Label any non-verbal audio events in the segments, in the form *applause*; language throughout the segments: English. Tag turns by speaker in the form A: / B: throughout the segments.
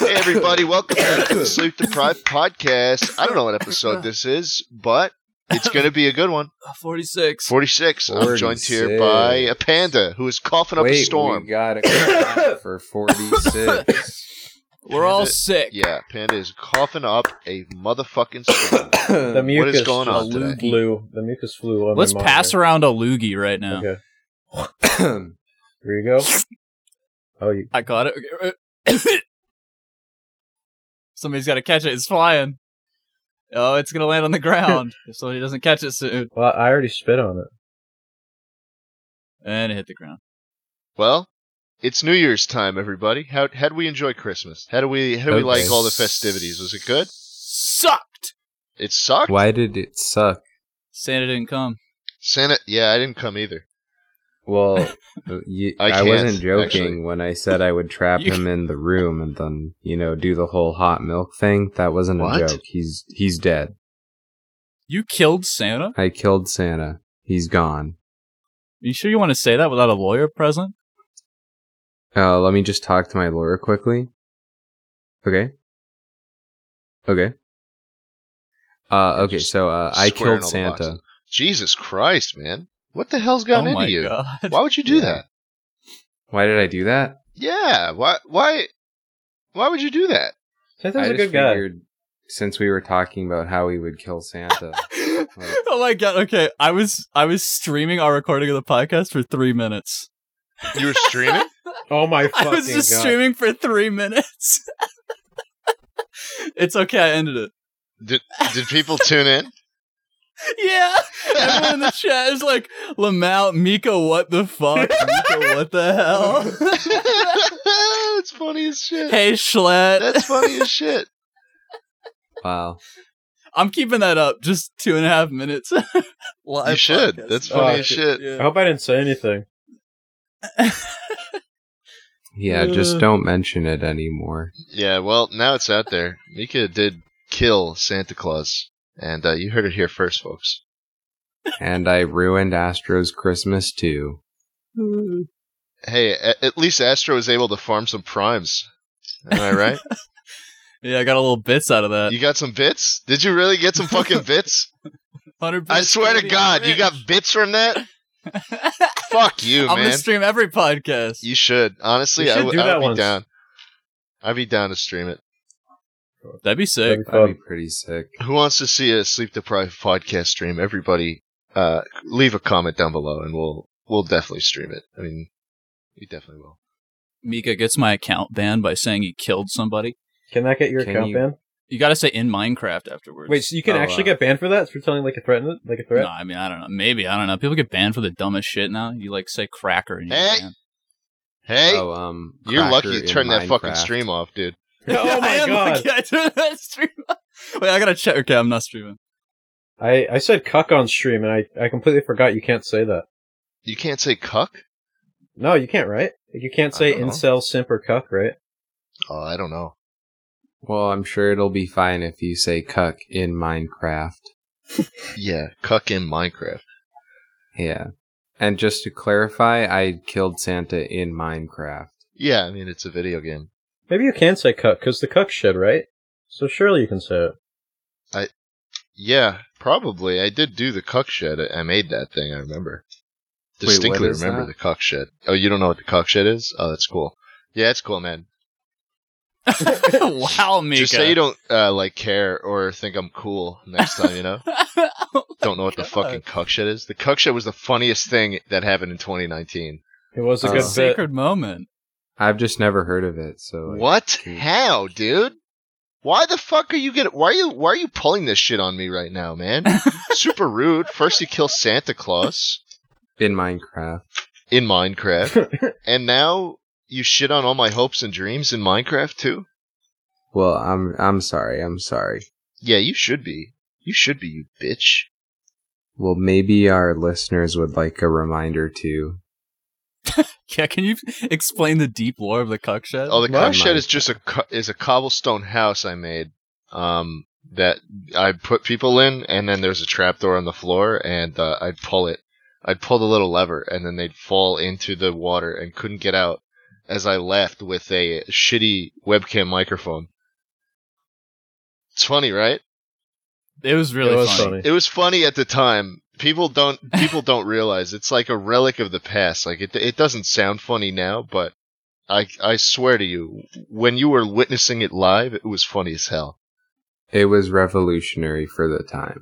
A: Hey everybody, welcome back to the Sleep Deprived Podcast. I don't know what episode this is, but it's going to be a good one.
B: 46.
A: 46. I'm joined here by a panda who is coughing up
C: Wait,
A: a storm.
C: we
A: *coughs*
C: got a clap for 46.
B: We're all
A: Panda-
B: sick.
A: Yeah, panda is coughing up a motherfucking storm.
C: Uh,
D: The mucus
A: is going on
D: flew,
A: today?
D: flew- The mucus flew on
B: Let's
D: my
B: pass
D: monitor.
B: around a loogie right now.
D: Okay. Here you go. Oh, you,
B: I caught it. Okay. *coughs* Somebody's got to catch it. It's flying. Oh, it's going to land on
A: *laughs*
B: the ground if somebody doesn't catch it soon.
D: well, I already spit on it.
B: And it hit the ground.
A: Well, it's New Year's time, everybody. How, how do we enjoy Christmas? How do we how do we
C: Okay.
A: like all the festivities? Was it good?
B: Sucked!
A: It sucked.
C: Why did it suck?
B: Santa didn't come.
A: Santa. Yeah, I didn't come either. *coughs*
C: Well, you,
A: I
C: I,
A: can't,
C: wasn't joking
A: actually.
C: when I said I would trap
B: You-
C: him in the room and then, you know, do the whole hot milk thing. That wasn't
A: What?
C: a joke. He's he's dead.
B: You killed Santa? Are
C: I killed Santa. He's gone.
B: you sure you want to say that without a lawyer present?
C: Uh, let me just talk to my lawyer quickly. Okay. Okay. Uh, okay,
A: Just
C: so uh, I
A: square in
C: killed
A: all the boxes.
C: Santa.
A: Jesus Christ, man! What the hell's gotten
B: oh
A: into
B: my
A: you?
B: god.
A: Why would you do
C: Yeah.
A: that?
C: Why did I do that?
A: Yeah. Why? Why? Why would you do that?
D: Santa's
C: I
D: a
C: just
D: good guy.
C: figured since we were talking about how we would kill
D: *laughs*
C: Santa.
B: *laughs* oh my god. Okay, I was I was streaming our recording of the podcast for 3 minutes.
A: You were
B: *laughs*
A: streaming.
D: Oh my
B: I
D: fucking
B: was just
D: god!
B: streaming for three minutes. it's okay, I ended it.
A: did Did people tune
B: *laughs*
A: in?
B: Yeah. Everyone in the chat is like, Lamau, Miko, what the fuck? Miko, what the *laughs* hell?
A: *laughs* That's funny as shit.
B: hey, Schlett.
A: That's funny as shit.
C: wow.
B: I'm keeping that up, just two and a half minutes. *laughs* *laughs* Live
A: You should.
B: podcast.
A: That's
D: Oh,
A: funny as
D: shit.
A: shit.
B: Yeah.
D: I hope I didn't say anything.
C: Yeah,
B: Uh.
C: just don't mention it anymore.
A: Yeah, well, now it's out there. Mika did kill Santa Claus, and uh, you heard it here first, folks.
C: and I ruined Astro's Christmas too.
A: Hey, a- at least Astro was able to farm some primes. Am I
B: *laughs*
A: right?
B: Yeah, I got a little bits out of that.
A: you got some bits? Did you really get some fucking
B: *laughs*
A: bits?
B: 100
A: I swear to God,
B: *laughs*
A: you got bits from that? Fuck you,
B: I'm gonna
A: man.
B: stream every podcast.
A: You should. Honestly,
D: You
A: I
D: should
A: would
D: do
A: I
D: that
A: would be
D: once.
A: down. I'd be down to stream it.
B: That'd be sick.
D: That'd be
C: That'd
D: fun.
C: be pretty sick.
A: Who wants to see a sleep deprived podcast stream? Everybody, uh, leave a comment down below, and we'll we'll definitely stream it. I mean, we definitely will.
B: Mika gets my account banned by saying he killed somebody.
D: Can that get your
C: Can
D: account
C: you-
D: banned?
B: You gotta say in Minecraft afterwards.
D: Wait, so you can
C: Oh,
D: actually
C: uh,
D: get banned for that? For telling like a threat, like a threat?
B: No, I mean I don't know. Maybe I don't know. People get banned for the dumbest shit now. You like say cracker and you
A: Hey,
B: get *laughs* banned.
A: Hey,
C: oh, um,
A: You're
C: Cracker
A: lucky you
C: in
A: turned that fucking
C: Minecraft.
A: stream off, dude.
D: *laughs*
B: *laughs*
D: oh
B: I
D: my
B: am
D: god!
B: lucky I turned that stream. on. Wait, I gotta check. Okay, I'm not
D: *laughs*
B: streaming.
D: I I said cuck on stream, and I I completely forgot you can't say that.
A: You can't say cuck?
D: No, you can't, right? Like, you can't
A: I
D: say
A: don't know.
D: incel, simp, or cuck, right?
A: Oh, I don't know.
C: Well, I'm sure it'll be fine if you say cuck in Minecraft.
A: Yeah, cuck in Minecraft.
C: Yeah. And just to clarify, I killed Santa in Minecraft.
A: Yeah, I mean it's a video game.
D: Maybe you can say cuck, because the cuck shed, right? So surely you can say it.
A: Yeah, probably. I did do the cuck shed. I- I made that thing. I remember
C: Wait, what
A: distinctly.
C: is
A: remember
C: that?
A: the cuck shed. Oh, you don't know what the cuck shed is? Oh, that's cool. Yeah, it's cool, man.
B: wow, Mika.
A: Just say you
B: *laughs*
A: don't uh, like care or think I'm cool next time. You know, don't know what the
B: God.
A: fucking cuck shed is. The cuck shed was the funniest thing that happened in 2019.
D: It was a
C: Uh,
D: good bit.
B: sacred moment. *laughs*
C: I've just never heard of it, so. like,
A: What?
C: can-
A: How, dude? Why the fuck are you getting? Why are you? Why are you pulling this shit on me right now, man?
B: *laughs*
A: Super rude. First you kill Santa Claus
C: In Minecraft.
A: in Minecraft, and now you shit on all my hopes and dreams in Minecraft too.
C: Well, I'm I'm sorry. I'm sorry.
A: Yeah, you should be. You should be, you bitch.
C: Well, maybe our listeners would like a reminder too.
B: Yeah, can you explain the deep lore of the cuck shed?
A: Oh, the
D: What?
A: cuck shed is just a co- is a cobblestone house I made. Um, that I put people in, and then there's a trapdoor on the floor, and uh, I'd pull it. I'd pull the little lever and then they'd fall into the water and couldn't get out as I laughed with a shitty webcam microphone. It's funny, right?
B: It was really
D: it was
B: funny.
D: funny.
A: It was funny at the time. People don't
D: *laughs*
A: people don't realize it's like a relic of the past. Like it it doesn't sound funny now, but I I swear to you, when you were witnessing it live, it was funny as hell.
C: It was revolutionary for the time.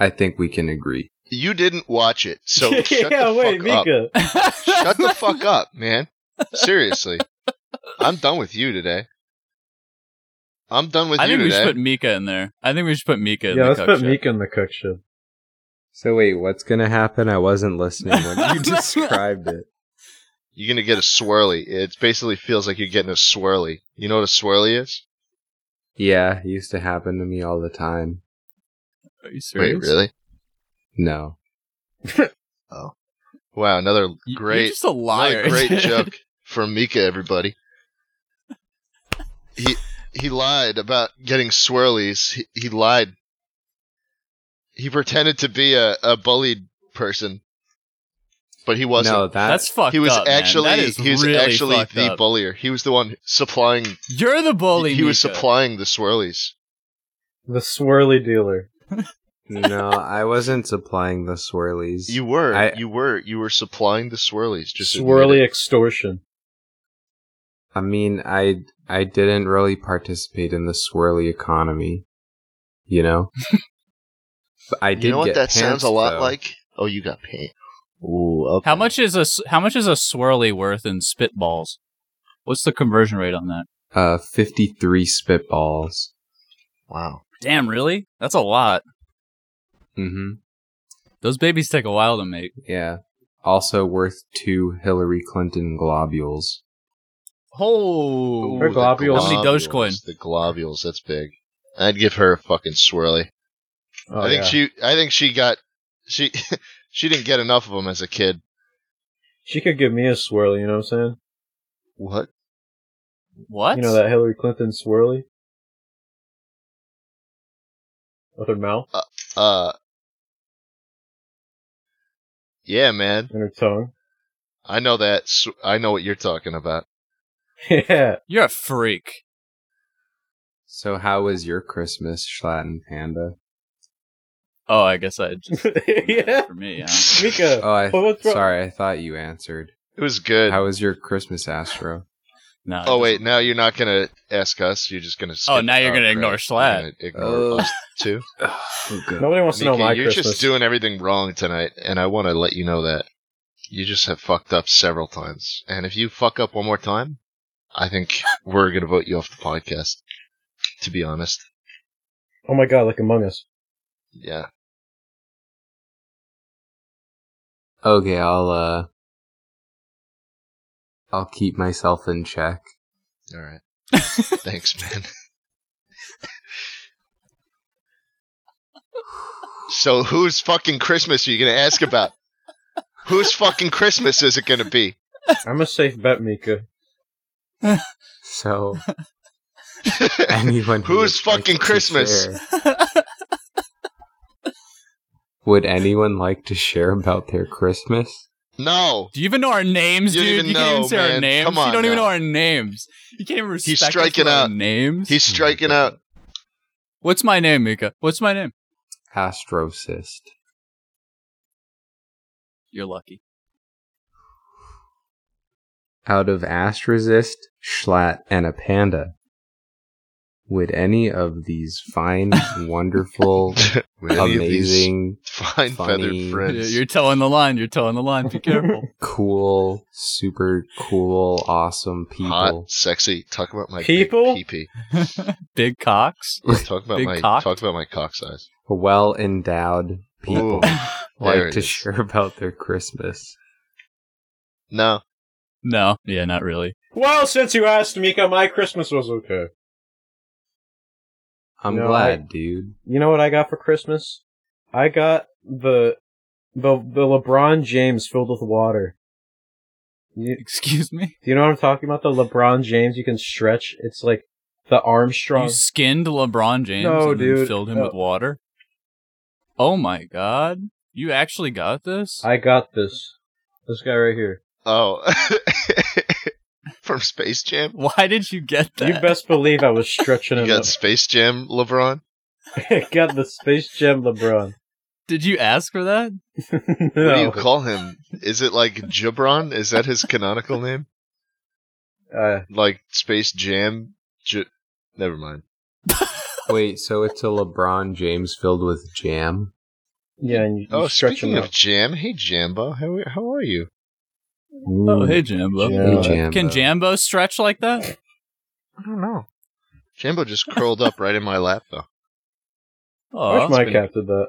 C: I think we can agree.
A: You didn't watch it,
D: *laughs*
A: so shut
D: yeah,
A: the
D: wait,
A: fuck up.
D: Mika.
B: *laughs*
A: Shut the fuck up,
D: *laughs*
A: man. Seriously. I'm done with you today. I'm done with
B: I
A: you
B: think we
A: today.
B: should put Mika in there. I think we should put Mika in
D: Yeah,
B: the
D: let's
B: cuck
D: put
B: shit.
D: Mika in the cook show.
C: So wait, what's gonna happen? I wasn't listening when you described it.
A: You're gonna get a swirly. It basically feels like you're getting a swirly. You know what a swirly is?
C: Yeah, it used to happen to me all the time.
B: Are you
A: Wait,
B: serious?
A: really?
C: No.
A: Wow, another
B: You- You're
A: great
B: just a
A: another
B: liar.
A: great
B: dude. *laughs*
A: joke from Mika, everybody. He he lied about getting swirlies. He, he lied. He pretended to be a, a bullied person. But he wasn't.
C: No, that,
B: That's fucked
A: he was
B: up, man.
A: actually
B: That is
A: he was
B: really
A: actually
B: fucked
A: the
B: up.
A: bullier. He was the one supplying
B: You're the bully.
A: he was
B: Mika.
A: supplying the swirlies.
D: The swirly dealer.
C: no, I wasn't supplying the swirlies.
A: You were
C: I-
A: you were you were supplying the swirlies just admit
D: swirly
A: it.
D: extortion.
C: I mean, I I didn't really participate in the swirly economy, you know. But I did.
A: You know what
C: get
A: that sounds a
C: pantsed,
A: lot
C: though.
A: like? Oh, you got paint. Ooh, okay.
B: How much is a s- how much is a swirly worth in spitballs? What's the conversion rate on that?
C: uh, fifty three spitballs.
A: Wow.
B: Damn, really? That's a lot.
C: Mm-hmm.
B: Those babies take a while to make.
C: Yeah. Also worth two Hillary Clinton globules.
B: Oh,
D: Her
A: the
D: globules.
B: How many
A: globules,
B: Dogecoin?
A: The globules. That's big. I'd give her a fucking swirly.
D: Oh,
A: I think
D: yeah.
A: she. I think she got. She. *laughs* she didn't get enough of them as a kid.
D: She could give me a swirly, you know what I'm saying?
A: What?
B: what?
D: You know that Hillary Clinton swirly? With her mouth
A: Uh. Yeah, man.
D: and her tongue. *laughs*
A: I know that. Sw- I know what you're talking about.
D: yeah. *laughs*
B: You're a freak.
C: So how was your Christmas, Schlatten Panda?
B: Oh, I guess I
D: *laughs*
B: just
D: yeah.
B: for me.
A: *laughs*
B: Huh?
D: Mika.
C: Oh, I,
D: what- what's wrong?
C: sorry, I thought you answered.
A: It was good.
C: How was your Christmas, Astro?
B: No. it
A: oh
B: doesn't- *laughs*
A: wait, now you're not gonna ask us. You're just gonna. Skip.
B: Oh, now you're gonna
A: crap.
B: ignore Schlatt.
A: You're gonna Ignore
C: Oh.
A: us too. *sighs*
C: oh, God.
D: Nobody wants to
A: Mika,
D: know my
A: you're
D: Christmas.
A: just doing everything wrong tonight, and I want to let you know that you just have fucked up several times. And if you fuck up one more time, I think *laughs* we're gonna vote you off the podcast. To be honest,
D: oh my god, like Among Us.
A: yeah.
C: Okay, I'll uh, I'll keep myself in check.
A: All right. Thanks, man. so whose fucking Christmas are you gonna ask about? Whose fucking Christmas is it gonna be? *laughs*
D: I'm a safe bet, Mika.
A: *laughs*
C: So anyone who
A: Whose
C: would like
A: fucking
C: to
A: Christmas?
C: share- would anyone like to share about their Christmas?
A: No.
B: Do you even know our names,
A: You don't
B: dude?
A: even
B: you can't
A: know,
B: even say
A: man.
B: our names.
A: Come on
B: you don't even
A: now.
B: know our names. You can't even respect us
A: striking
B: for our
A: out.
B: names.
A: He's striking out. *laughs*
B: What's my name, Mika? What's my name?
C: Astrocyst.
B: You're lucky.
C: Out of Astrocyst, Schlatt, and a panda. Would any of these
A: *laughs*
C: fine, wonderful,
A: With any of these
C: amazing,
A: fine
C: funny-
A: feathered
B: Yeah,
A: friends.
B: You're towing the line. You're towing the line.
D: *laughs*
B: Be careful.
C: cool, super cool, awesome people.
A: hot, sexy. Talk about my
D: People?
A: Pee pee.
B: Big cocks.
A: *laughs* Talk about
B: Big
A: my
B: cocked?
A: talk about my cock size.
C: well endowed people
A: Ooh, there
C: *laughs* like
A: it
C: to
A: is.
C: share about their Christmas.
A: No,
B: No. Yeah, not really.
D: *laughs* Well, since you asked, Mika, my Christmas was okay.
C: I'm
D: No,
C: glad,
D: I-
C: dude.
D: You know what I got for Christmas? I got the the the LeBron James filled with water. You,
B: Excuse me.
D: do you know what I'm talking about? The LeBron James you can stretch. It's like the Armstrong.
B: You skinned LeBron James
D: No,
B: and then
D: dude,
B: filled him
D: no.
B: with water. Oh my god. You actually got this?
D: I got this. This guy right here.
A: Oh, *laughs* from Space Jam.
B: *laughs* Why did you get that?
D: You best believe I was
A: *laughs*
D: stretching
A: You
D: it
A: got Space Jam, LeBron.
D: up. *laughs* got the Space
B: *laughs*
D: Jam LeBron.
B: Did you ask for that?
A: What do
D: no,
A: you call him? Is it like Jabron? Is that his canonical name?
D: uh,
A: Like Space Jam? J- Never mind.
C: Wait, so it's a LeBron James filled with jam?
D: yeah, and you, you
A: Oh,
D: stretch
A: speaking
D: him
A: of
D: out.
A: Jam, hey Jambo, how how are you?
B: Oh, hey, Jambo.
D: Jam-
C: Hey,
D: uh,
C: Jambo.
B: Can Jambo stretch like that?
A: I don't know. Jambo
D: *laughs*
A: just curled up right in my lap though.
D: I
B: Oh,
D: wish my
A: been-
D: cat did that.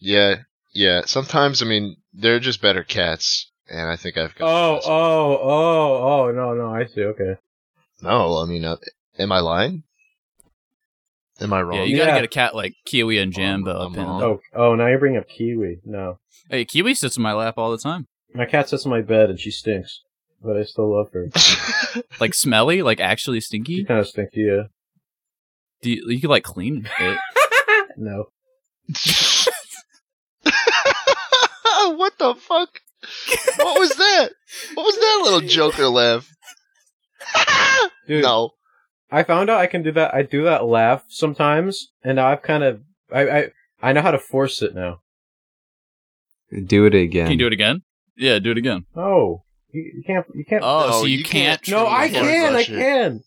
A: Yeah, yeah. Sometimes I mean they're just better cats, and I think I've got.
D: Oh,
A: the best.
D: oh, oh, oh, no, no, I see, okay.
A: no! I mean, uh, am I lying? Am I wrong?
B: yeah, you gotta
D: Yeah.
B: get a cat like Kiwi and Jambo
A: I'm-
B: up in.
A: I'm-
D: Oh, oh, now you're bringing up Kiwi. No.
B: Hey, Kiwi sits in my lap all the time.
D: My cat sits on my bed and she stinks, but I still love her.
B: Like smelly, like actually
D: She *laughs*
B: stinky.
D: kind of stinky, yeah.
B: Do you, you could like clean it.
D: No.
A: *laughs* what the fuck? What was that? What was that little Joker laugh? *laughs*
D: Dude,
A: no.
D: I found out I can do that. I do that laugh sometimes, and I've kind of, I, I, I know how to force it now.
C: Do it again.
B: Can you do it again? Yeah, do it again.
D: Oh, you, you can't, you can't.
B: Oh,
A: No,
B: so you,
A: you
B: can't.
A: can't.
D: no,
A: true,
D: I
A: Lord
D: can, I
A: bless you.
D: can.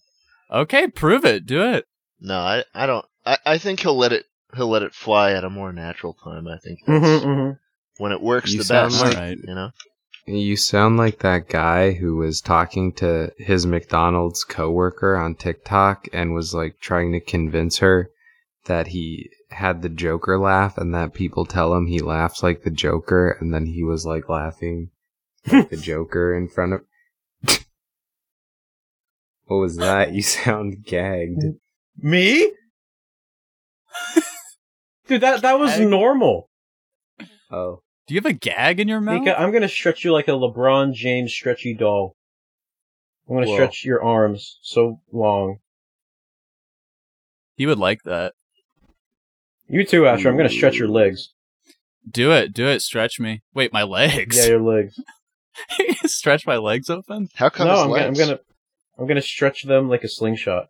B: Okay, prove it. Do it.
A: No, I, I don't. I, I think he'll let it. He'll let it fly at a more natural time. I think that's
D: Mm-hmm, mm-hmm.
A: when it works
C: You
A: the
C: sound
A: best.
B: like- Alright.
A: You know.
C: You sound like that guy who was talking to his McDonald's coworker on TikTok and was like trying to convince her that he had the Joker laugh and that people tell him he laughs like the Joker and then he was like laughing like the Joker in front of What was that? You *laughs* sound gagged.
D: Me? *laughs* Dude, that that was
B: Gag.
D: normal.
C: Oh.
B: Do you have a gag in your mouth?
D: Mika, I'm gonna stretch you like a LeBron James stretchy doll. I'm gonna
A: Whoa.
D: stretch your arms so long.
B: He would like that.
D: You too, Asher. I'm gonna stretch your legs.
B: Do it. Do it. Stretch me. Wait, my legs.
D: Yeah, your legs.
B: *laughs* stretch my legs open.
A: How come?
D: no,
A: his
D: I'm gonna, I'm
A: legs?
D: gonna, I'm gonna stretch them like a slingshot.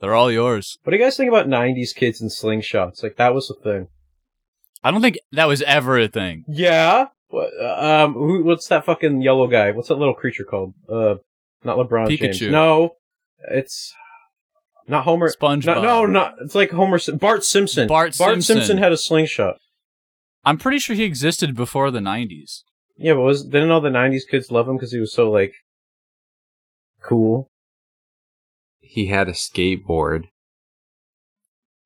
B: They're all yours.
D: What do you guys think about '90s kids and slingshots? Like that was the thing.
B: I don't think that was ever a thing.
D: Yeah. What, um, who, what's that fucking yellow guy? What's that little creature called? Uh, not LeBron James.
B: Pikachu.
D: No, it's not Homer.
B: SpongeBob.
D: No, no, not. It's like Homer. Sim- Bart Simpson.
B: Bart Simpson.
D: Simpson. had a slingshot.
B: I'm pretty sure he existed before the 90s.
D: Yeah, but was didn't all the '90s kids love him because he was so like cool?
C: He had a skateboard.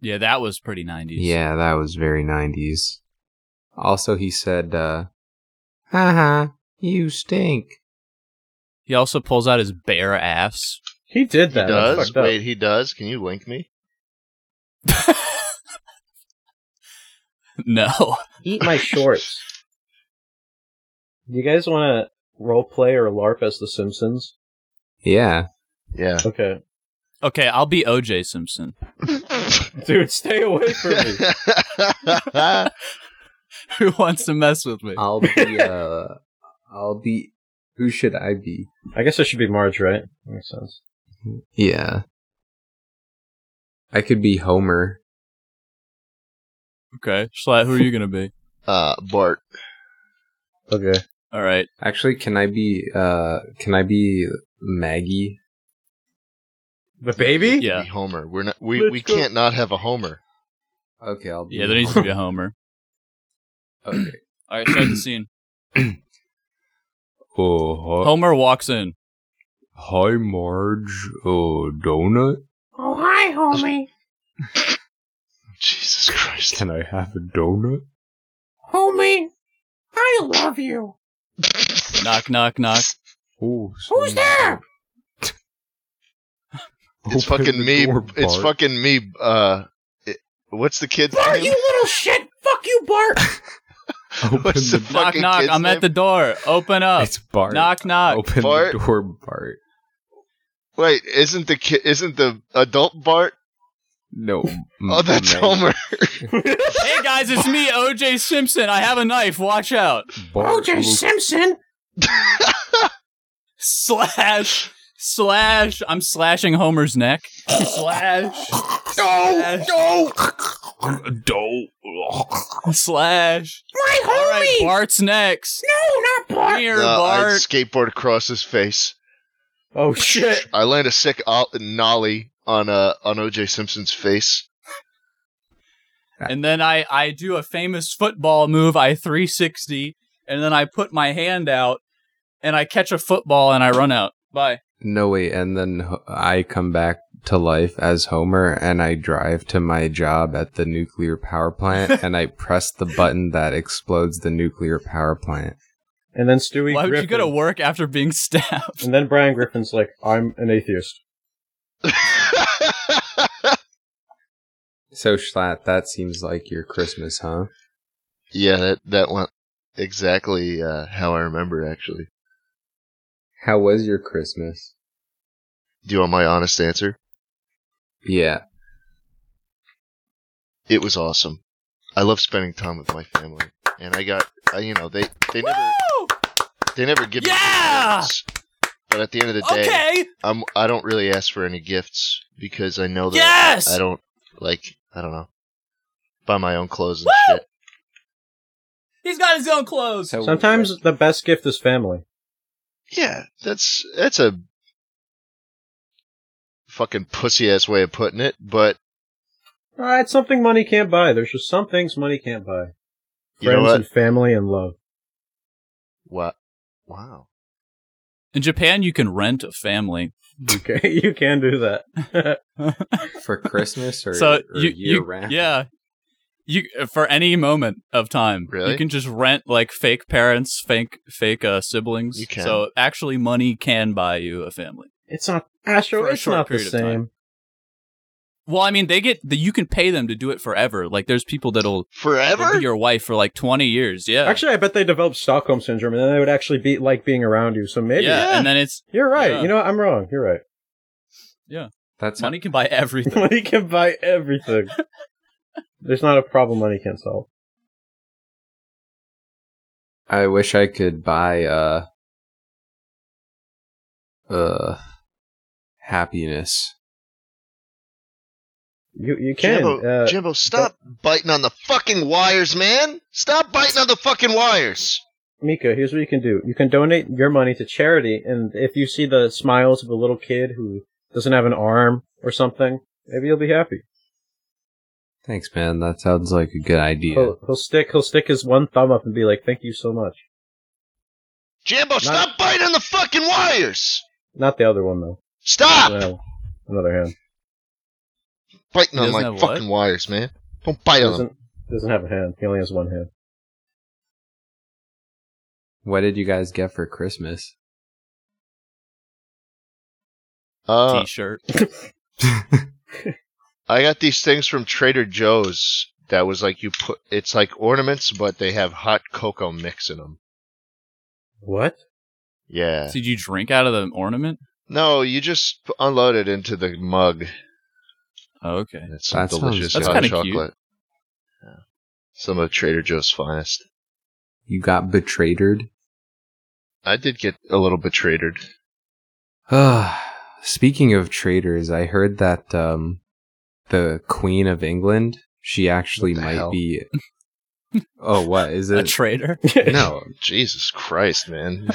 B: Yeah, that was pretty 90s.
C: Yeah, that was very 90s. Also, he said, uh, haha, you stink.
B: He also pulls out his bare ass. *laughs*
D: He did
A: He
D: that. That's
A: does.
D: fucked up.
A: Wait, he does. Can you link me?
B: no.
D: Eat my shorts. Do you guys want to role play or LARP as the Simpsons?
C: *laughs* Yeah.
A: Yeah.
D: Okay,
B: Okay, I'll be OJ Simpson. *laughs*
D: dude, stay away from me.
B: Who wants to mess with me?
C: I'll be, uh, I'll be, who should I be?
D: *laughs* I guess I should be Marge, right? Makes sense.
C: Yeah. I could be Homer.
B: Okay, Schlatt, who are you going to be?
A: *laughs* uh, Bart.
D: Okay.
B: All right.
C: Actually, can I be, uh, can I be Maggie?
D: The baby?
B: Yeah.
A: Be Homer. We're not. We,
D: Let's
A: we
D: go.
A: can't not have a Homer. *laughs*
C: Okay, I'll be.
B: Yeah, there needs to be a Homer.
C: Okay.
B: All right, start the scene.
C: Oh,
B: Homer walks in.
C: hi, Marge. Oh, donut?
D: Oh, hi, homie.
A: Jesus Christ.
C: Can I have a donut?
D: Homie, I love you.
B: Knock, knock, knock.
C: Oh,
D: Who's there?
A: *laughs* It's fucking me. It's fucking me. Uh, it, what's the kid's name?
D: little shit. Fuck you, Bart. *laughs*
C: fucking.
A: *laughs* What's the
B: Knock,
A: fucking
B: knock.
A: kid's
B: I'm
A: name?
B: at the door. Open up.
C: It's Bart.
B: Knock, knock.
C: Open
A: Bart.
C: the door, Bart.
A: Wait, isn't the kid? Isn't the adult Bart?
C: No.
A: *laughs* Oh, that's
C: Mm, no.
A: Homer.
B: Hey guys, it's me, OJ Simpson. I have a knife. Watch out.
C: Bart Luke-
D: Simpson!
B: Slash. Slash. I'm slashing Homer's neck. Slash.
C: No,
B: Slash.
C: no, no.
B: Slash. My homie. All right, Bart's next. No, not Bart. Here,
A: Uh, I
B: Bart.
A: skateboard across his face.
D: Oh shit!
A: I land a sick ol- nollie on uh, on OJ Simpson's face. *laughs*
B: And then I, I do a famous football move. I 360, and then I put my hand out, and I catch a football, and I run out. Bye.
C: No, wait. And then Ho- I come back to life as Homer and I drive to my job at the nuclear power
A: *laughs*
C: plant and I press the button that explodes the nuclear power plant.
D: And then Stewie
B: Why would
D: Griffin.
B: you go to work after being *laughs* stabbed?
D: and then Brian Griffin's like, "I'm an atheist."
C: So, Schlatt, that seems like your Christmas, huh?
A: yeah, that that went exactly uh, how I remember. Actually,
C: How was your Christmas?
A: do you want my honest answer?
C: Yeah.
A: It was awesome. I love spending time with my family, and I got I, you know they they never
B: Woo!
A: they never give me
B: Yeah!
A: gifts. But at the end of the day,
B: Okay.
A: I'm I don't really ask for any gifts because I know that
B: Yes!
A: I don't like I don't know buy my own clothes and
B: Woo!
A: shit.
B: He's got his own clothes.
D: Oh,
C: So
D: Sometimes the best gift is family.
A: Yeah, that's that's a fucking pussy ass way of putting it, but
D: Uh, it's something money can't buy. There's just some things money can't buy:
A: you
D: friends
A: know what?
D: and family and love.
A: What? Wow.
B: In Japan, you can rent a family.
D: Okay, you can *laughs* do that. *laughs*
C: for Christmas
B: *laughs*
C: or,
B: so
C: or
B: you,
C: year
B: you
C: round.
B: yeah, you for any moment of time,
A: Really?
B: you can just rent like fake parents, fake fake uh, siblings.
A: You can.
B: So actually, money can buy you a family.
D: it's not Astro.
B: For a
D: It's
B: short
D: not the
B: period of time.
D: same.
B: Well, I mean, they get the, you can pay them to do it forever. Like there's people that'll they'll
A: Forever?
B: be your wife for like 20 years. Yeah,
D: Actually, I bet they developed Stockholm syndrome, and then they would actually be like being around you. So maybe
B: yeah,
A: Yeah.
B: and then it's
D: you're right.
B: Yeah.
D: You know, what? I'm wrong. You're right. *laughs*
C: That's
B: money can buy everything.
D: Money can buy
B: *laughs*
D: everything. There's not a problem money can't solve.
C: I wish I could buy uh uh happiness.
D: You you can.
B: oh,
A: Jimbo,
D: uh,
A: Jimbo, stop biting on the fucking wires, man! Stop biting on the fucking wires!
D: Mika, here's what you can do. You can donate your money to charity, and if you see the smiles of a little kid who doesn't have an arm or something, maybe you'll be happy.
C: Thanks, man. That sounds like a good idea.
A: Oh.
D: He'll, he'll stick he'll stick his one thumb up and be like, "Thank you so much."
A: Jimbo, stop biting on the fucking wires!
D: Not the other one though.
A: Stop
D: No, another hand.
A: biting
B: He
A: on
B: doesn't
A: my
B: have
A: fucking wires, man. Don't bite on them.
D: Doesn't doesn't have a hand. He only has one hand.
C: What did you guys get for Christmas?
A: *laughs* Uh,
B: T-shirt.
A: I got these things from Trader Joe's that was like you put, it's like ornaments, but they have hot cocoa mix in them.
D: What?
A: Yeah.
B: Did you drink out of the ornament?
A: No, you just p- unload it into the mug.
B: Oh, okay.
A: And it's some
C: That sounds
A: delicious
C: good.
A: hot
B: That's
A: chocolate.
B: kinda cute.
A: Yeah. Some of Trader Joe's finest.
C: You got betrayed.
A: I did get a little betrayed.
C: Ah, Speaking of traitors, I heard that um the Queen of England, she actually
A: What the
C: might
A: hell?
B: *laughs*
C: be Oh, what is
B: A
C: it?
B: traitor. *laughs*
C: no.
A: Jesus Christ, man.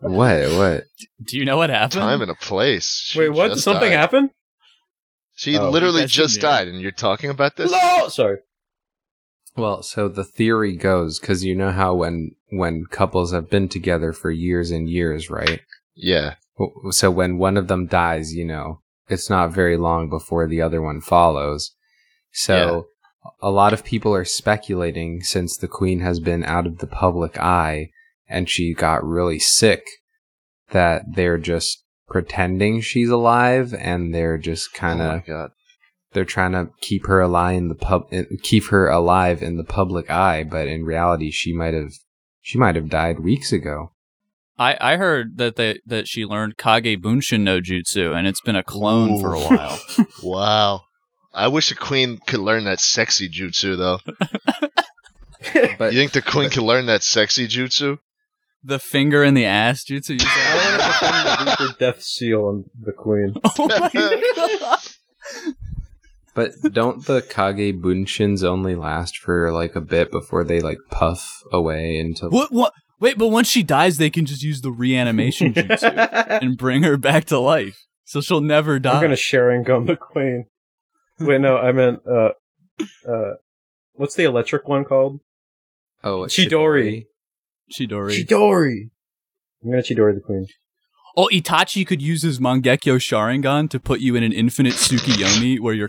C: What? What?
B: Do you know what happened?
A: Time and a place. She
D: Wait, what? Did
A: just
D: Something
A: died.
D: happened?
A: She
D: Oh,
A: literally
B: that's
A: just
B: in there.
A: died, and you're talking about this?
D: No. Sorry.
C: Well, so the theory goes cuz you know how when when couples have been together for years and years, right?
A: Yeah.
C: W- So when one of them dies, you know, it's not very long before the other one follows. So a lot of people are speculating since the queen has been out of the public eye and she got really sick that they're just pretending she's alive and they're just kind
A: Oh
C: of
A: my god.
C: they're trying to keep her alive in the pub eh, keep her alive in the public eye but in reality she might have she might have died weeks ago
B: I, I heard that they
A: *laughs*
B: that she learned Kage Bunshin no Jutsu and it's been a clone for a
A: Ooh.
B: while.
A: Wow. I wish a queen could learn that sexy jutsu
D: *laughs*
A: though.
C: But
A: You think the queen could learn that sexy jutsu?
B: The finger in the ass jutsu. You
D: I
B: said,
D: want
A: *laughs*
D: to perform the Reaper Death Seal on the *laughs* Queen.
B: oh my
A: *laughs*
B: god.
C: but don't the Kage Bunshins only last for like a bit before they like puff away into
B: What? What? Wait, but once she dies, they can just use the reanimation jutsu
D: I'm
B: and bring her back to life, so she'll never die.
D: gonna sharing gun the Queen. Wait, no, I meant uh, uh, what's the electric one called?
C: oh
D: Chidori.
B: Chidori.
D: Chidori. I'm gonna Chidori the Queen.
B: oh, Itachi could use his Mangekyo Sharingan to put you in an infinite Tsukiyomi where you're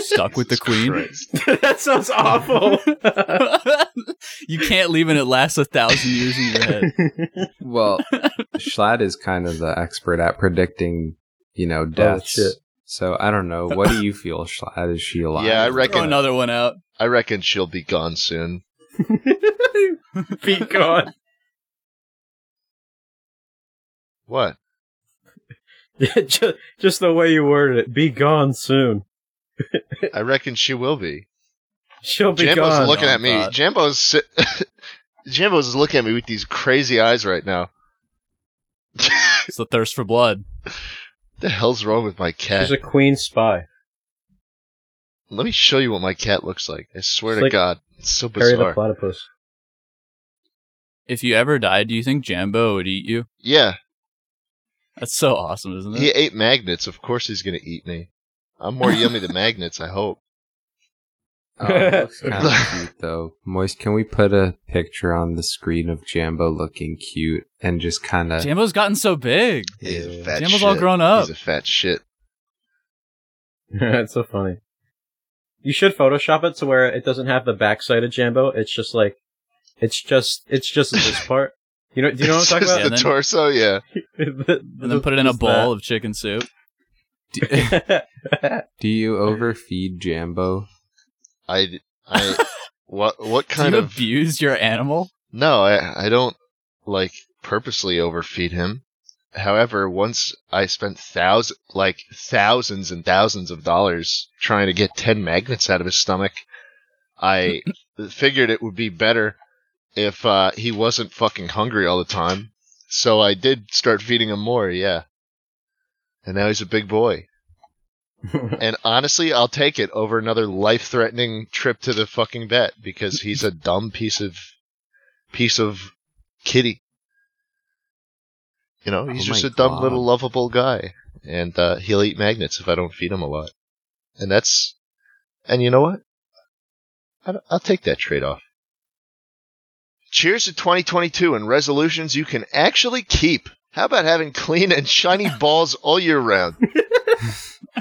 A: *laughs*
B: stuck with the queen.
A: Christ.
D: *laughs* that sounds awful. *laughs*
B: *laughs* you can't leave, and it lasts a thousand years in
A: *laughs*
B: your head.
C: Well, Schlatt is kind of the expert at predicting, you know, deaths.
D: Oh, shit.
C: So I don't know. What do you feel, Schlatt? Is she alive?
A: Yeah, I reckon-
D: Oh,
B: Throw another one out.
A: I reckon she'll be gone soon.
D: Be gone.
A: What?
D: *laughs* just, just the way you worded it. Be gone soon.
A: I reckon she will be.
D: She'll be
A: Jambo's
D: gone.
A: looking
B: Oh,
A: at me.
B: God.
A: Jambo's si- *laughs* Jambo's looking at me with these crazy eyes right now. what
B: It's the thirst for blood.
A: the hell's wrong with my cat?
D: She's a queen spy.
A: Let me show you what my cat looks like. I swear
D: It's
A: to
D: like
A: God, it's so
D: Harry the
A: bizarre.
D: platypus. *laughs*
B: If you ever died, do you think Jambo would eat you?
A: Yeah,
B: That's so awesome, isn't it?
A: he ate magnets. Of course, he's gonna eat me. I'm more yummy
D: *laughs*
A: than magnets. I hope.
C: Oh, it looks kind
D: *laughs*
C: of cute though. Moist, can we put a picture on the screen of Jambo looking cute and just kind of
B: Jambo's gotten so big.
A: He's a
D: Yeah.
A: fat
B: Jambo's
A: shit.
B: all grown up.
A: He's a fat shit.
D: That's so funny. You should Photoshop it to where it doesn't have the backside of Jambo. It's just like, it's just, it's
A: *laughs*
D: just this part. You know, do you know what I'm
A: Just
D: talking
B: Yeah,
A: the
B: then-
A: torso. Yeah.
D: *laughs* about?
B: and then put it in a
D: *laughs*
B: bowl of chicken soup.
C: *laughs* do, do you overfeed Jambo?
A: I. I.
B: *laughs*
A: what. What
B: Do
A: kind
B: you
A: of?
B: abuse your animal?
A: No, I. I don't like purposely overfeed him. However, once I spent thousands, like thousands and thousands of dollars trying to get ten magnets out of his stomach, I figured it would be better if uh, he wasn't fucking hungry all the time. So I did start feeding him more. Yeah. And now he's a big
C: *laughs*
A: boy. And honestly, I'll take it over another life-threatening trip to the fucking vet because he's a dumb piece of piece of kitty. You know, he's
C: Oh
A: just
C: my
A: a dumb
C: God.
A: little lovable guy, and uh, he'll eat magnets if I don't feed him a lot. And that's, and you know what? I, will take that trade-off. Cheers to 2022 and resolutions you can actually keep. How about having clean and shiny *laughs* balls all year *laughs* round?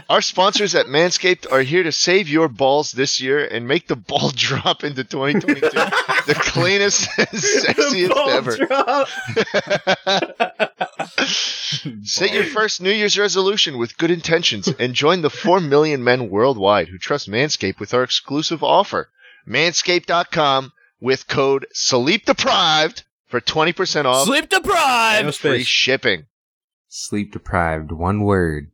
A: Our sponsors at Manscaped are here to save your balls this year and make the ball *laughs* drop into 2022 the cleanest *laughs* and sexiest ever. *laughs* Set your first New Year's resolution with good intentions and join the 4 million men worldwide who trust Manscaped with our exclusive offer. Manscaped.com with code SLEEPDEPRIVED for 20% off
B: Sleep
A: and
B: deprived.
A: free shipping.
C: Sleep deprived. One word.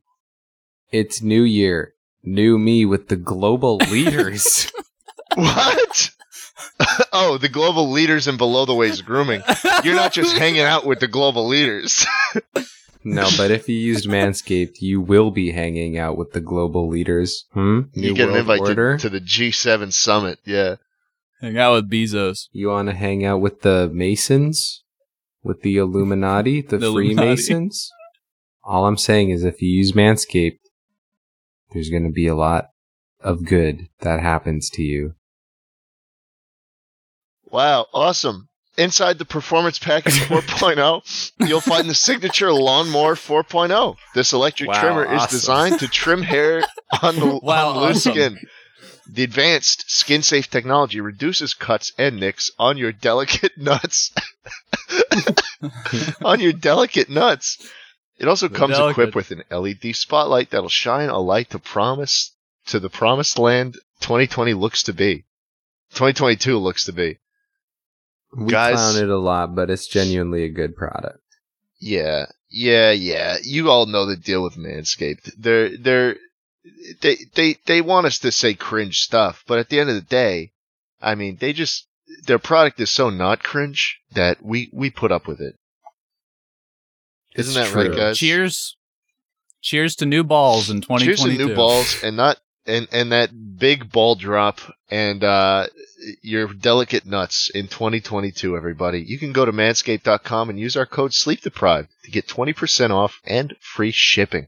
C: It's New Year. New me with the global leaders.
A: What? *laughs* oh, the global leaders and below the waist grooming. You're not
B: *laughs*
A: just hanging out with the global leaders. *laughs*
C: no, but if you used Manscaped, you will be hanging out with the global leaders. Hmm? New
A: you get an
C: World
A: invite
C: Order.
A: to, to the G7 summit. Yeah.
B: Hang out with
A: *laughs*
B: Bezos.
C: You want to hang out with the Masons, with the Illuminati, the,
B: The Illuminati.
C: Freemasons? All I'm saying is if you use Manscaped, there's going to be a lot of good that happens to you.
A: Wow. Awesome. Inside the Performance
B: *laughs*
A: Package 4.0, you'll find the signature Lawnmower 4.0. This electric
C: Wow,
A: trimmer is
C: awesome.
A: designed to trim hair on, the,
B: *laughs* Wow,
A: on loose
B: awesome.
A: skin. The advanced skin safe technology reduces cuts and nicks on your delicate *laughs* nuts. on your delicate nuts. It also
B: The
A: comes
B: delicate.
A: equipped with an LED spotlight that'll shine a light to promise to the promised land 2020 looks to be. 2022 looks to be.
C: We
A: Guys-
C: clown it a lot, but it's genuinely a good product.
A: Yeah, yeah, yeah. You all know the deal with Manscaped. They're they're they they they want us to say cringe stuff, but at the end of the day, I mean, they just their product is so not cringe that we we put up with it.
C: It's
A: Isn't that right,
C: true.
A: guys?
B: Cheers. Cheers to new balls in 2022.
A: Cheers to new balls and not and and that big ball drop and uh your delicate nuts in 2022 everybody. You can go to manscaped.com and use our code sleepdeprived to get 20% off and free shipping.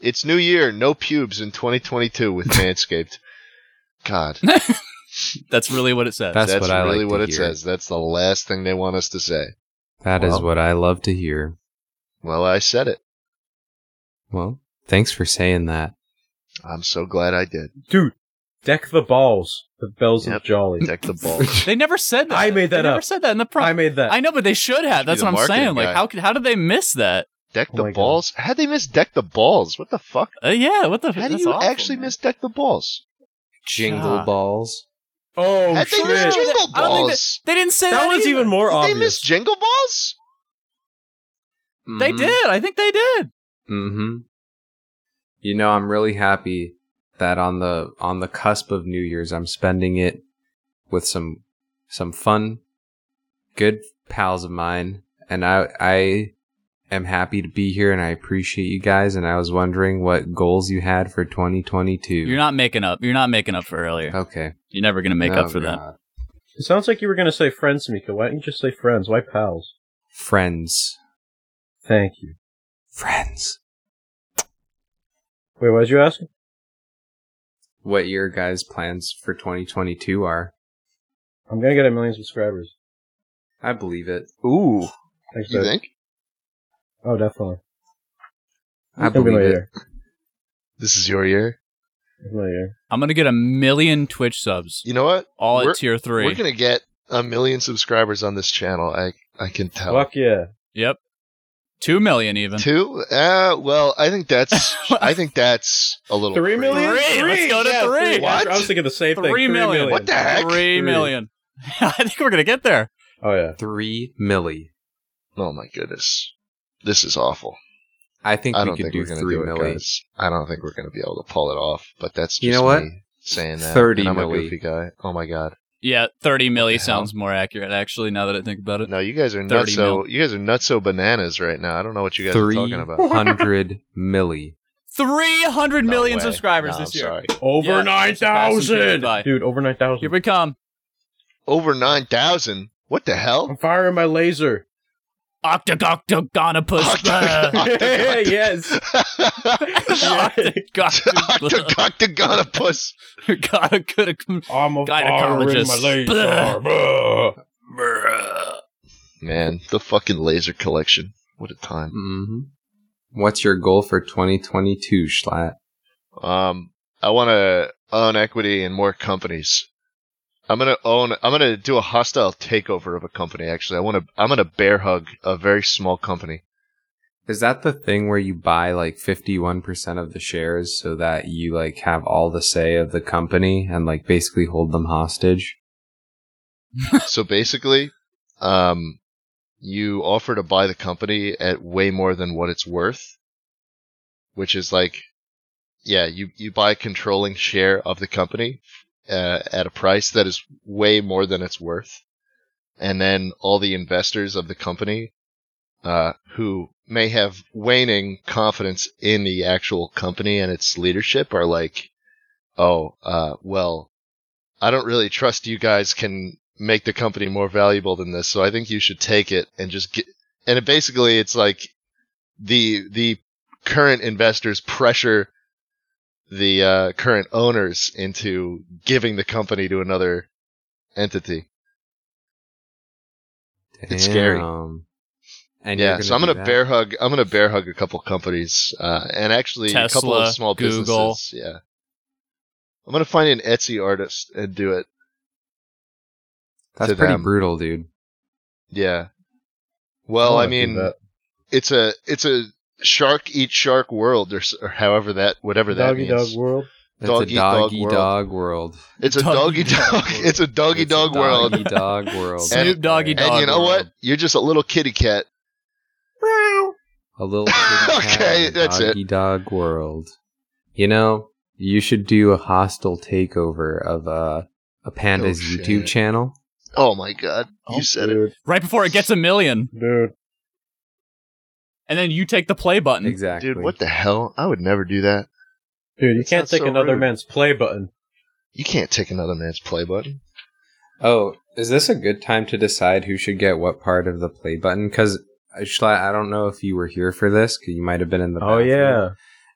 A: It's new year, no pubes in 2022 with Manscaped. God,
B: *laughs* That's really what it says.
C: That's
A: that's,
C: what I
A: really
C: like to
A: what it
C: hear.
A: says. That's the last thing they want us to say.
C: That is
A: Well.
C: what I love to hear.
A: Well, I said it.
C: Well, thanks for saying that.
A: I'm so glad I did.
D: Dude, deck the balls. The bells
A: Yep.
D: of jolly.
A: Deck the balls.
B: they never said that.
D: I made
B: they
D: that
B: Never
D: up.
B: said that in the pro.
D: I made that.
B: I know, but they should have.
A: Should
B: That's
A: be
B: what
A: the
B: I'm saying.
A: marketing guy.
B: Like, how could, how did they miss that?
A: Deck
D: Oh
A: the
D: my God.
A: balls? How'd they miss deck the balls? What the fuck?
B: Uh, yeah, what the?
A: How do
B: that's
A: you
B: awful,
A: actually
B: man.
A: miss deck the balls?
C: Jingle
B: Ah.
C: balls.
D: oh
A: How'd they
D: shit!
A: miss jingle
B: I don't think
A: balls?
B: They didn't say that.
D: that was
B: either.
D: even more
A: Did
D: obvious.
A: they miss jingle balls?
B: They
A: Mm-hmm.
C: Mhm.
B: did. I think they did.
C: Mm-hmm. You know, I'm really happy that on the on the cusp of New Year's, I'm spending it with some some fun, good pals of mine, and I I am happy to be here, and I appreciate you guys. And I was wondering what goals you had for 2022.
B: You're not making up. You're not making up for earlier.
C: okay.
B: You're never gonna make
C: No,
B: up for that.
C: God.
D: It sounds like you were going to say friends, Mika. Why don't you just say friends? Why pals?
C: Friends,
D: Thank you.
C: friends.
D: Wait, what did you ask?
C: What your guys' plans for 2022 are?
D: I'm going to get a million subscribers.
C: I believe it.
A: Ooh,
D: Thanks,
A: you
D: guys.
A: think?
D: Oh, definitely.
C: I
D: It's gonna be
C: believe
D: my
C: it.
D: year.
A: This is your year.
D: It's my year.
B: I'm gonna get a million Twitch subs,
A: You know what?
B: all
A: We're-
B: at tier 3
A: We're gonna get a million subscribers on this channel. I I can tell.
D: Fuck yeah.
B: Yep, two million even.
A: Two? Uh, well, I think
D: *laughs*
A: that's
B: *laughs*
A: I think that's a little
D: Three
A: crazy.
D: million?
B: Three, let's go to three.
A: What?
D: I was thinking the same
B: Three
D: thing. Three
B: million.
D: million.
A: What the heck?
B: Three million. *laughs* I think we're gonna get there.
D: Oh, yeah.
C: Three milli.
A: Oh my goodness, this is awful.
C: I think
A: I
C: we
A: don't
C: could
A: think
C: do
A: we're
C: three
A: gonna do it,
C: milli.
A: guys. I don't think we're gonna be able to pull it off. But that's just
C: You know what?
A: me saying that.
C: 30
A: And I'm
C: milli.
A: a goofy guy. Oh my god.
B: Yeah, 30 milli
A: the hell?
B: sounds more accurate actually. Now that I think about it,
A: No, you guys are
B: 30
A: nuts. So you guys are nuts. So bananas right now. I don't know what you guys are talking about.
C: *laughs*
A: *laughs*
C: 300 milli.
B: 300 million
A: No way.
B: subscribers
A: No,
B: this
A: I'm
B: year.
A: sorry.
D: Over
B: Yeah, it's a passing period
D: 9,000!
B: by.
D: Dude, over 9,000.
B: Here we come.
A: Over nine thousand. What the hell?
B: *laughs*
A: *laughs*
D: I'm firing my laser.
A: *laughs*
B: Octagoctagonopus.
A: Octag-
B: *laughs*
D: *laughs* yes.
B: Octagoctagonopus.
A: Octagonopus.
D: I'm a
B: Gynecologist.
D: Bruh.
A: Man, the fucking laser collection. What a time.
D: Mm-hmm.
C: hmm What's your goal for 2022, Schlatt?
A: Um, I want to own equity in more companies. I'm gonna own. I'm gonna do a hostile takeover of a company. Actually, I want to. I'm gonna bear hug a very small company.
C: Is that the thing where you buy like 51% of the shares so that you like have all the say of the company and like basically hold them hostage?
A: so basically, um, you offer to buy the company at way more than what it's worth, which is like, yeah, you you buy a controlling share of the company uh, at a price that is way more than it's worth, and then all the investors of the company, uh, who may have waning confidence in the actual company and its leadership, are like, oh, uh, well, I don't really trust you guys can make the company more valuable than this, so I think you should take it and just get. And it basically, it's like the the current investors pressure the uh, current owners into giving the company to another entity. It's scary.
C: Damn. And
A: yeah,
C: you're
A: so I'm
C: do
A: gonna
C: that?
A: bear hug. I'm gonna bear hug a couple companies, uh, and actually a couple
B: Tesla,
A: of small
B: Google.
A: businesses. Yeah, I'm gonna find an Etsy artist and do it.
C: That's
A: to
C: pretty
A: them.
C: brutal, dude.
A: Yeah. Well, I
D: I'd do
A: mean,
D: that.
A: it's a it's a shark eat shark world or, s- or however that whatever that
D: Doggy
A: means.
D: dog world.
C: It's
A: Dog
C: a
A: eat dog
C: doggy
A: world.
C: dog world.
A: It's a
B: Doggy
A: doggy *laughs*
B: dog
A: dog.
B: world.
A: It's a doggy
C: It's a
A: dog world.
C: Doggy dog
A: *laughs*
C: world.
B: Snoop Doggy
A: And you know what?
B: world.
A: You're just a little kitty cat.
D: Oh,
C: A little kitty cat
A: *laughs* Okay,
C: in a
A: that's it.
C: doggy dog world. You know, You should do a hostile takeover of uh, a panda's
A: Oh, shit.
C: YouTube channel.
A: Oh my god, you said it.
D: dude,
B: right before it gets a million,
D: Dude,
B: and then you take the play button.
C: Exactly.
A: Dude, what the hell? I would never do that.
D: dude, you can't
A: Sounds
D: take
A: so
D: another
A: rude.
D: man's play button.
A: You can't take another man's play button.
C: Oh, is this a good time to decide who should get what part of the play button? Because Schlatt, I don't know if you were here for this. 'cause you might have been in the.
D: Oh
C: bathroom.
D: yeah,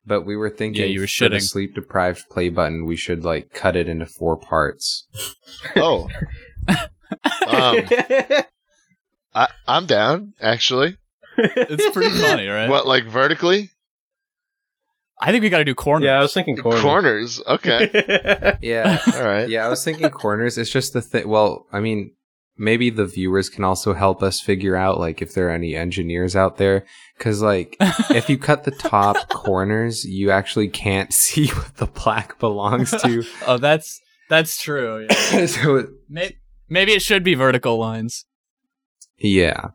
C: But we were thinking.
B: you were
C: for the
B: shitting.
C: sleep deprived play button. We should like cut it into four
B: *laughs*
C: parts.
A: Oh. um, I, I'm down, actually.
B: *laughs* It's pretty
A: *laughs*
B: funny, right?
A: What, like vertically?
B: I think we got to do
A: Um,
D: *laughs*
B: corners.
D: yeah. I was thinking corner. *laughs*
A: Corners. Okay.
C: Yeah.
A: All right.
C: *laughs* yeah, I was thinking corners. It's just the thing. Well, I mean, maybe the viewers can also help us figure out like if there are any engineers out there, because like if you cut
A: *laughs*
C: the top corners, you actually can't *laughs* see what the plaque belongs
A: *laughs*
C: to.
B: oh, that's that's true. Yeah.
C: so it-
B: May- Maybe it should be vertical lines.
C: yeah,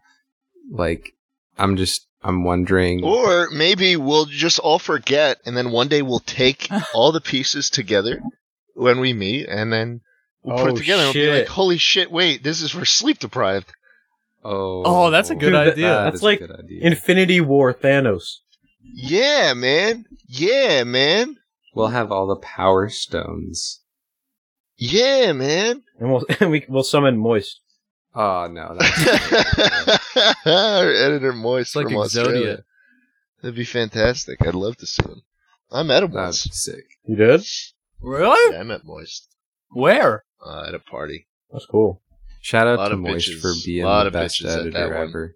C: like I'm just I'm wondering.
A: Or maybe we'll just all forget, and then one day we'll
B: *laughs*
A: take all the pieces together when we meet, and then we'll put
D: Oh,
A: it together and we'll be
D: shit.
A: like, holy shit, wait, this is for sleep deprived.
C: Oh,
B: Oh, that's a good
D: Dude, that-
B: idea.
C: That
D: That's
C: is
D: like
C: a good idea.
D: Infinity War Thanos.
A: Yeah, man. Yeah, man.
C: we'll have all the power stones.
A: Yeah, man. *laughs*
D: And we'll *laughs* and we we'll summon Moist.
C: Oh no,
A: *laughs*
C: that's
A: Our editor Moist
B: It's like
A: from Australia.
B: Exodia.
A: That'd be fantastic. I'd love to see him. I met him once.
C: that's sick.
D: You did?
B: Really?
A: Yeah, I met Moist
B: Where?
A: uh, at a party.
D: That's cool.
C: Shout
A: Lot
C: out to
A: of
C: Moist
A: bitches.
C: for being
A: Lot
C: the
A: of
C: best
A: bitches at that
C: editor
A: one.
C: ever.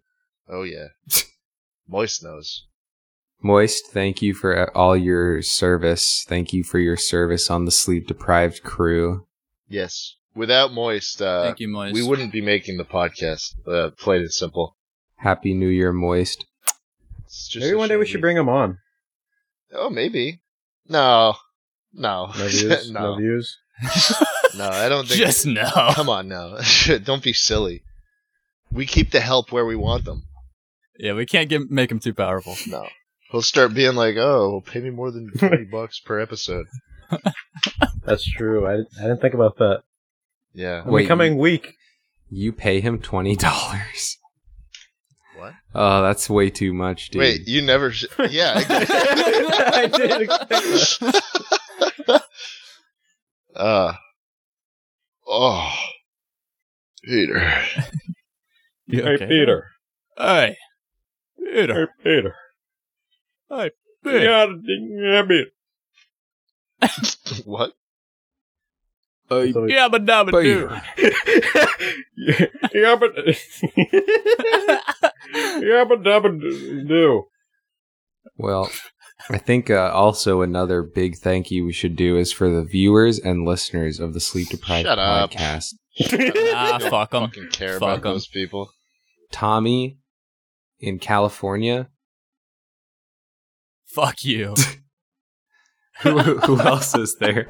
A: Oh
B: *laughs*
A: yeah, Moist knows.
C: Moist, thank you for all your service. Thank you for your service on the sleep deprived crew.
A: Yes, without Moist, uh,
B: Thank you, Moise.
A: we wouldn't be making the podcast. Uh, plain and simple.
C: Happy New Year, Moist.
A: It's just
D: Maybe
A: a
D: one day we
A: shame
D: should bring him on.
A: Oh, maybe. No, *laughs* no, *laughs*
D: No views. no.
A: no,
D: views.
A: no. I don't think.
B: Just no.
A: *laughs* Come on, no. *laughs* don't be silly. We keep the help where we want them.
B: *laughs* Yeah, we can't get make him too powerful.
A: No. He'll start being like, "Oh, well, pay me more
D: *laughs*
A: than twenty bucks per episode."
D: That's true. I, didn't- I didn't think about that.
A: Yeah.
D: I'm
C: Wait,
D: becoming weak.
C: You pay him twenty dollars.
A: What?
C: Oh, that's way too much, dude.
A: Wait, you never? Sh- yeah.
D: I didn't expect that.
A: *laughs* Uh, oh, Peter.
B: You okay? Hey. Peter.
D: Peter.
B: Hey, Peter.
D: Yeah, yeah, *laughs* Peter.
A: What?
D: So we-
B: Yeah, but now, but
C: *laughs*
B: do.
C: Peter.
A: *laughs*
D: yeah, but yeah, but dabba do.
C: Well, I think uh, also another big thank you we should do is for the viewers and listeners of the Sleep Deprived
A: Shut up.
C: podcast.
B: Ah,
A: Don't
B: fuck 'em.
A: Fucking care
B: Fuck
A: about
B: 'em.
A: those people.
C: Tommy in
D: *laughs*
C: California.
A: *laughs*
B: Fuck you.
C: Who, who else is there?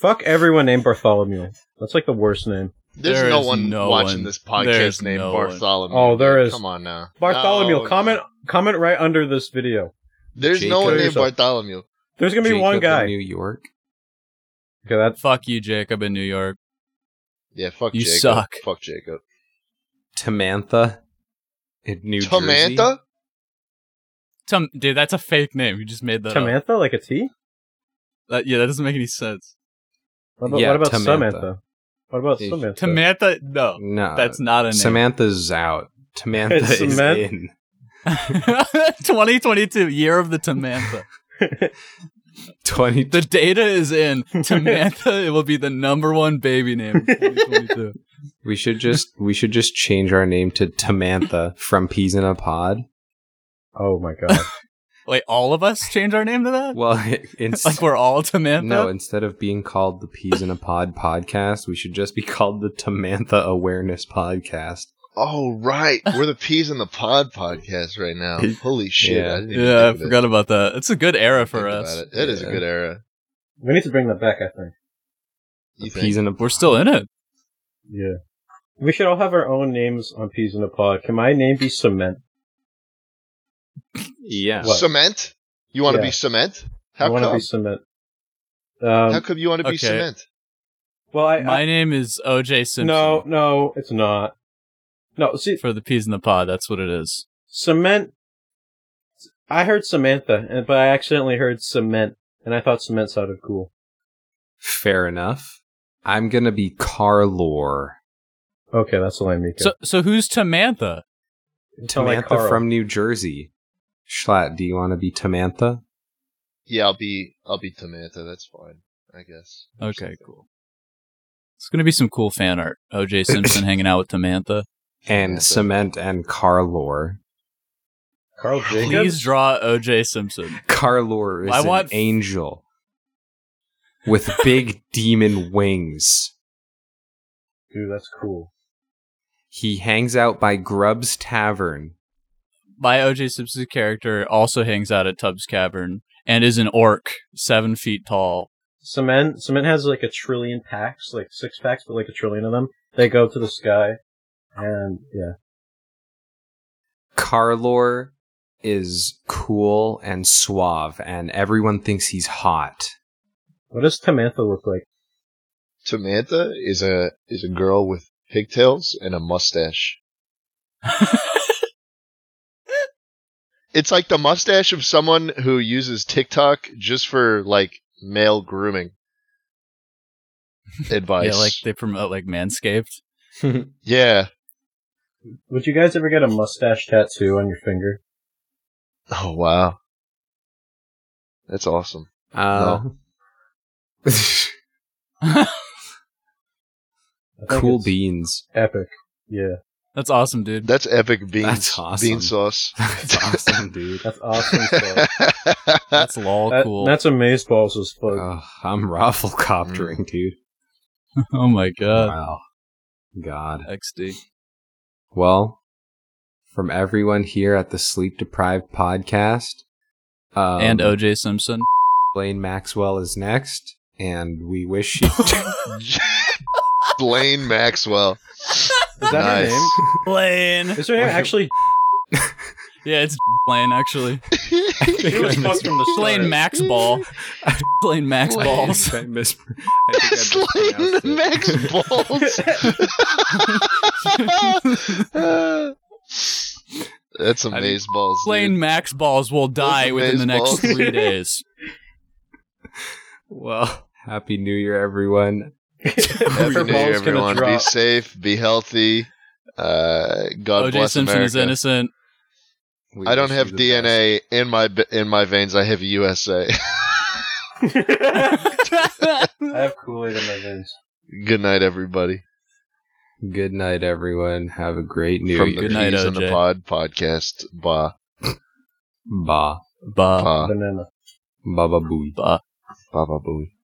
D: Fuck everyone named Bartholomew. That's like the worst name.
A: There's
B: There
A: no
B: is
A: one
B: no
A: watching
B: one.
A: this
B: There
A: podcast
B: is
A: named
B: no one.
A: Bartholomew.
D: Oh, there is.
A: Come on now,
D: Bartholomew,
A: No,
D: comment
A: no.
D: comment right under this video.
A: There's no
C: Jacob.
A: one named
D: Yourself.
A: Bartholomew.
D: There's gonna be
C: Jacob
D: one
C: in
D: guy.
C: New York.
D: okay, that
B: Fuck you, Jacob in New York.
A: Yeah, fuck
B: You
A: Jacob.
B: suck.
A: Fuck Jacob.
C: Tamantha in New Jersey.
A: Tamantha?
B: Tam- Dude, that's a fake name. You just made that up.
D: Tamantha, like a T.
B: That- yeah, that doesn't make any sense.
D: What about,
C: Yeah,
D: what about
C: Tamantha.
D: Samantha? What about
C: Hey,
D: Samantha?
B: Tamantha, no.
C: No,
B: That's not a name. *laughs*
C: Samantha's out. Tamantha is
D: Saman-
C: in. *laughs*
B: 2022, year of the Tamantha.
C: Twenty.
B: The data is in. Tamantha, it will be the number one baby name of 2022.
C: we should just we should just change our name to Tamantha from Peas in a Pod.
D: oh my
B: *laughs*
D: god.
B: Wait, all of us change our name to that?
C: Well, *laughs* in,
B: Like we're all Tamantha?
C: no, instead of being called the Peas in a Pod podcast, we should just be called the Tamantha Awareness Podcast.
A: Oh
B: *laughs*
A: right, we're the Peas in the Pod podcast right now. Holy shit!
C: Yeah.
A: I didn't even
B: yeah, I
A: think of
B: forgot about that. It's a good
A: it.
B: era
A: Think
B: for
A: about
B: us.
A: It. That is
C: Yeah.
A: a good era.
D: we need to bring that back. I think.
A: You
C: The
A: think?
C: Peas in a
B: We're still in it.
D: Yeah. We should all have our own names on Peas in a Pod. Can my name be Cement?
C: yeah.
D: What?
A: Cement? You want to
D: Yeah.
A: be cement?
D: I
A: How
D: want to
A: come?
D: be Cement.
A: How
D: Um,
A: come you want to be
B: okay.
A: cement?
D: well, I, I
B: My name is OJ Simpson.
D: no, no, it's not. No, see,
B: For the peas in the pod, that's what it is.
D: cement. I heard Samantha, and but I accidentally heard cement, and I thought cement sounded cool.
C: Fair enough. I'm gonna be Carlor.
D: Okay, that's the lame Mika.
B: So, so who's Tamantha?
C: Tamantha from New Jersey. Schlatt, do you want to be Tamantha?
A: Yeah, I'll be I'll be tomato. That's fine, I guess.
B: Okay, cool. It's gonna be some cool fan art. OJ Simpson hanging out with Tamantha.
C: And
A: Tamantha.
C: Cement and Carlor.
D: Carl Jacobs.
B: Please draw OJ Simpson.
C: Carlor is
B: I
C: an
B: want-
C: angel with
B: *laughs*
C: big demon wings.
D: Dude, that's cool.
C: He hangs out by Grubb's Tavern.
B: My OJ Simpson character also hangs out at Tubbs Cavern and is an orc, seven feet tall.
D: Cement. Cement has like a trillion packs, like six packs, but like a trillion of them. They go to the sky, and yeah,
C: Carlor is cool and suave, and everyone thinks he's hot.
D: what does Tamantha look like?
A: Tamantha is a is a girl with pigtails and a mustache. it's like the mustache of someone who uses TikTok just for like male grooming advice.
B: Yeah, like they promote like Manscaped. *laughs*
A: yeah.
D: Would you guys ever get a mustache tattoo on your finger?
A: Oh wow. That's awesome.
C: Uh,
D: I think
C: *laughs* cool
D: it's
C: beans.
D: Epic. Yeah,
B: That's awesome, dude.
A: That's epic beans.
C: That's awesome.
A: Bean sauce.
C: *laughs* That's awesome, dude.
D: that's
A: *laughs*
D: awesome. stuff.
B: That's lol
D: That-
B: cool.
D: That's amazeballs as fuck.
C: Ugh, I'm
B: Mm.
C: rafflecoptering, dude.
B: *laughs* oh my god.
C: wow. God.
B: XD.
C: Well, from everyone here at the Sleep Deprived podcast, um,
B: and OJ
A: *laughs*
B: Simpson.
C: Blaine Maxwell is next, and we wish you. *laughs*
A: Blaine Maxwell.
D: Is
A: Uh,
D: that
A: nice.
D: her name?
B: Blaine.
D: Is her name actually?
B: Yeah, it's
A: *laughs*
B: Blaine actually. *laughs*
D: She was fucked from the start.
B: Blaine Max Ball. Blaine Max
A: Blaine.
B: Balls.
C: I mis- *laughs* I think I mispronounced
A: Blaine
C: it.
A: Max
C: *laughs*
A: Balls. *laughs* That's amazing balls.
B: Blaine
A: dude.
B: Max Balls will die
A: Those
B: within the next
A: amazeballs.
B: three days.
C: well, happy New Year, everyone.
D: *laughs*
A: Happy
D: her
A: New Year,
D: ball's gonna
A: everyone. Be
D: drop.
A: safe. Be healthy. Uh, God
B: OJ
A: bless
B: Simpson
A: America.
B: is innocent.
C: We
A: I don't
C: wish
A: have
C: you the best.
A: DNA in my b- in my veins. I have USA.
D: *laughs* I have Kool Aid in my veins.
A: *laughs* Good night, everybody.
C: Good night, everyone. Have a great New
A: From
C: Year.
A: the
B: Good night,
A: Peas in the Pod
B: OJ.
A: podcast. Ba
C: Ba
B: bah.
A: ba
D: Banana.
A: Uh,
C: ba ba booey.
B: Bah.
A: ba ba booey.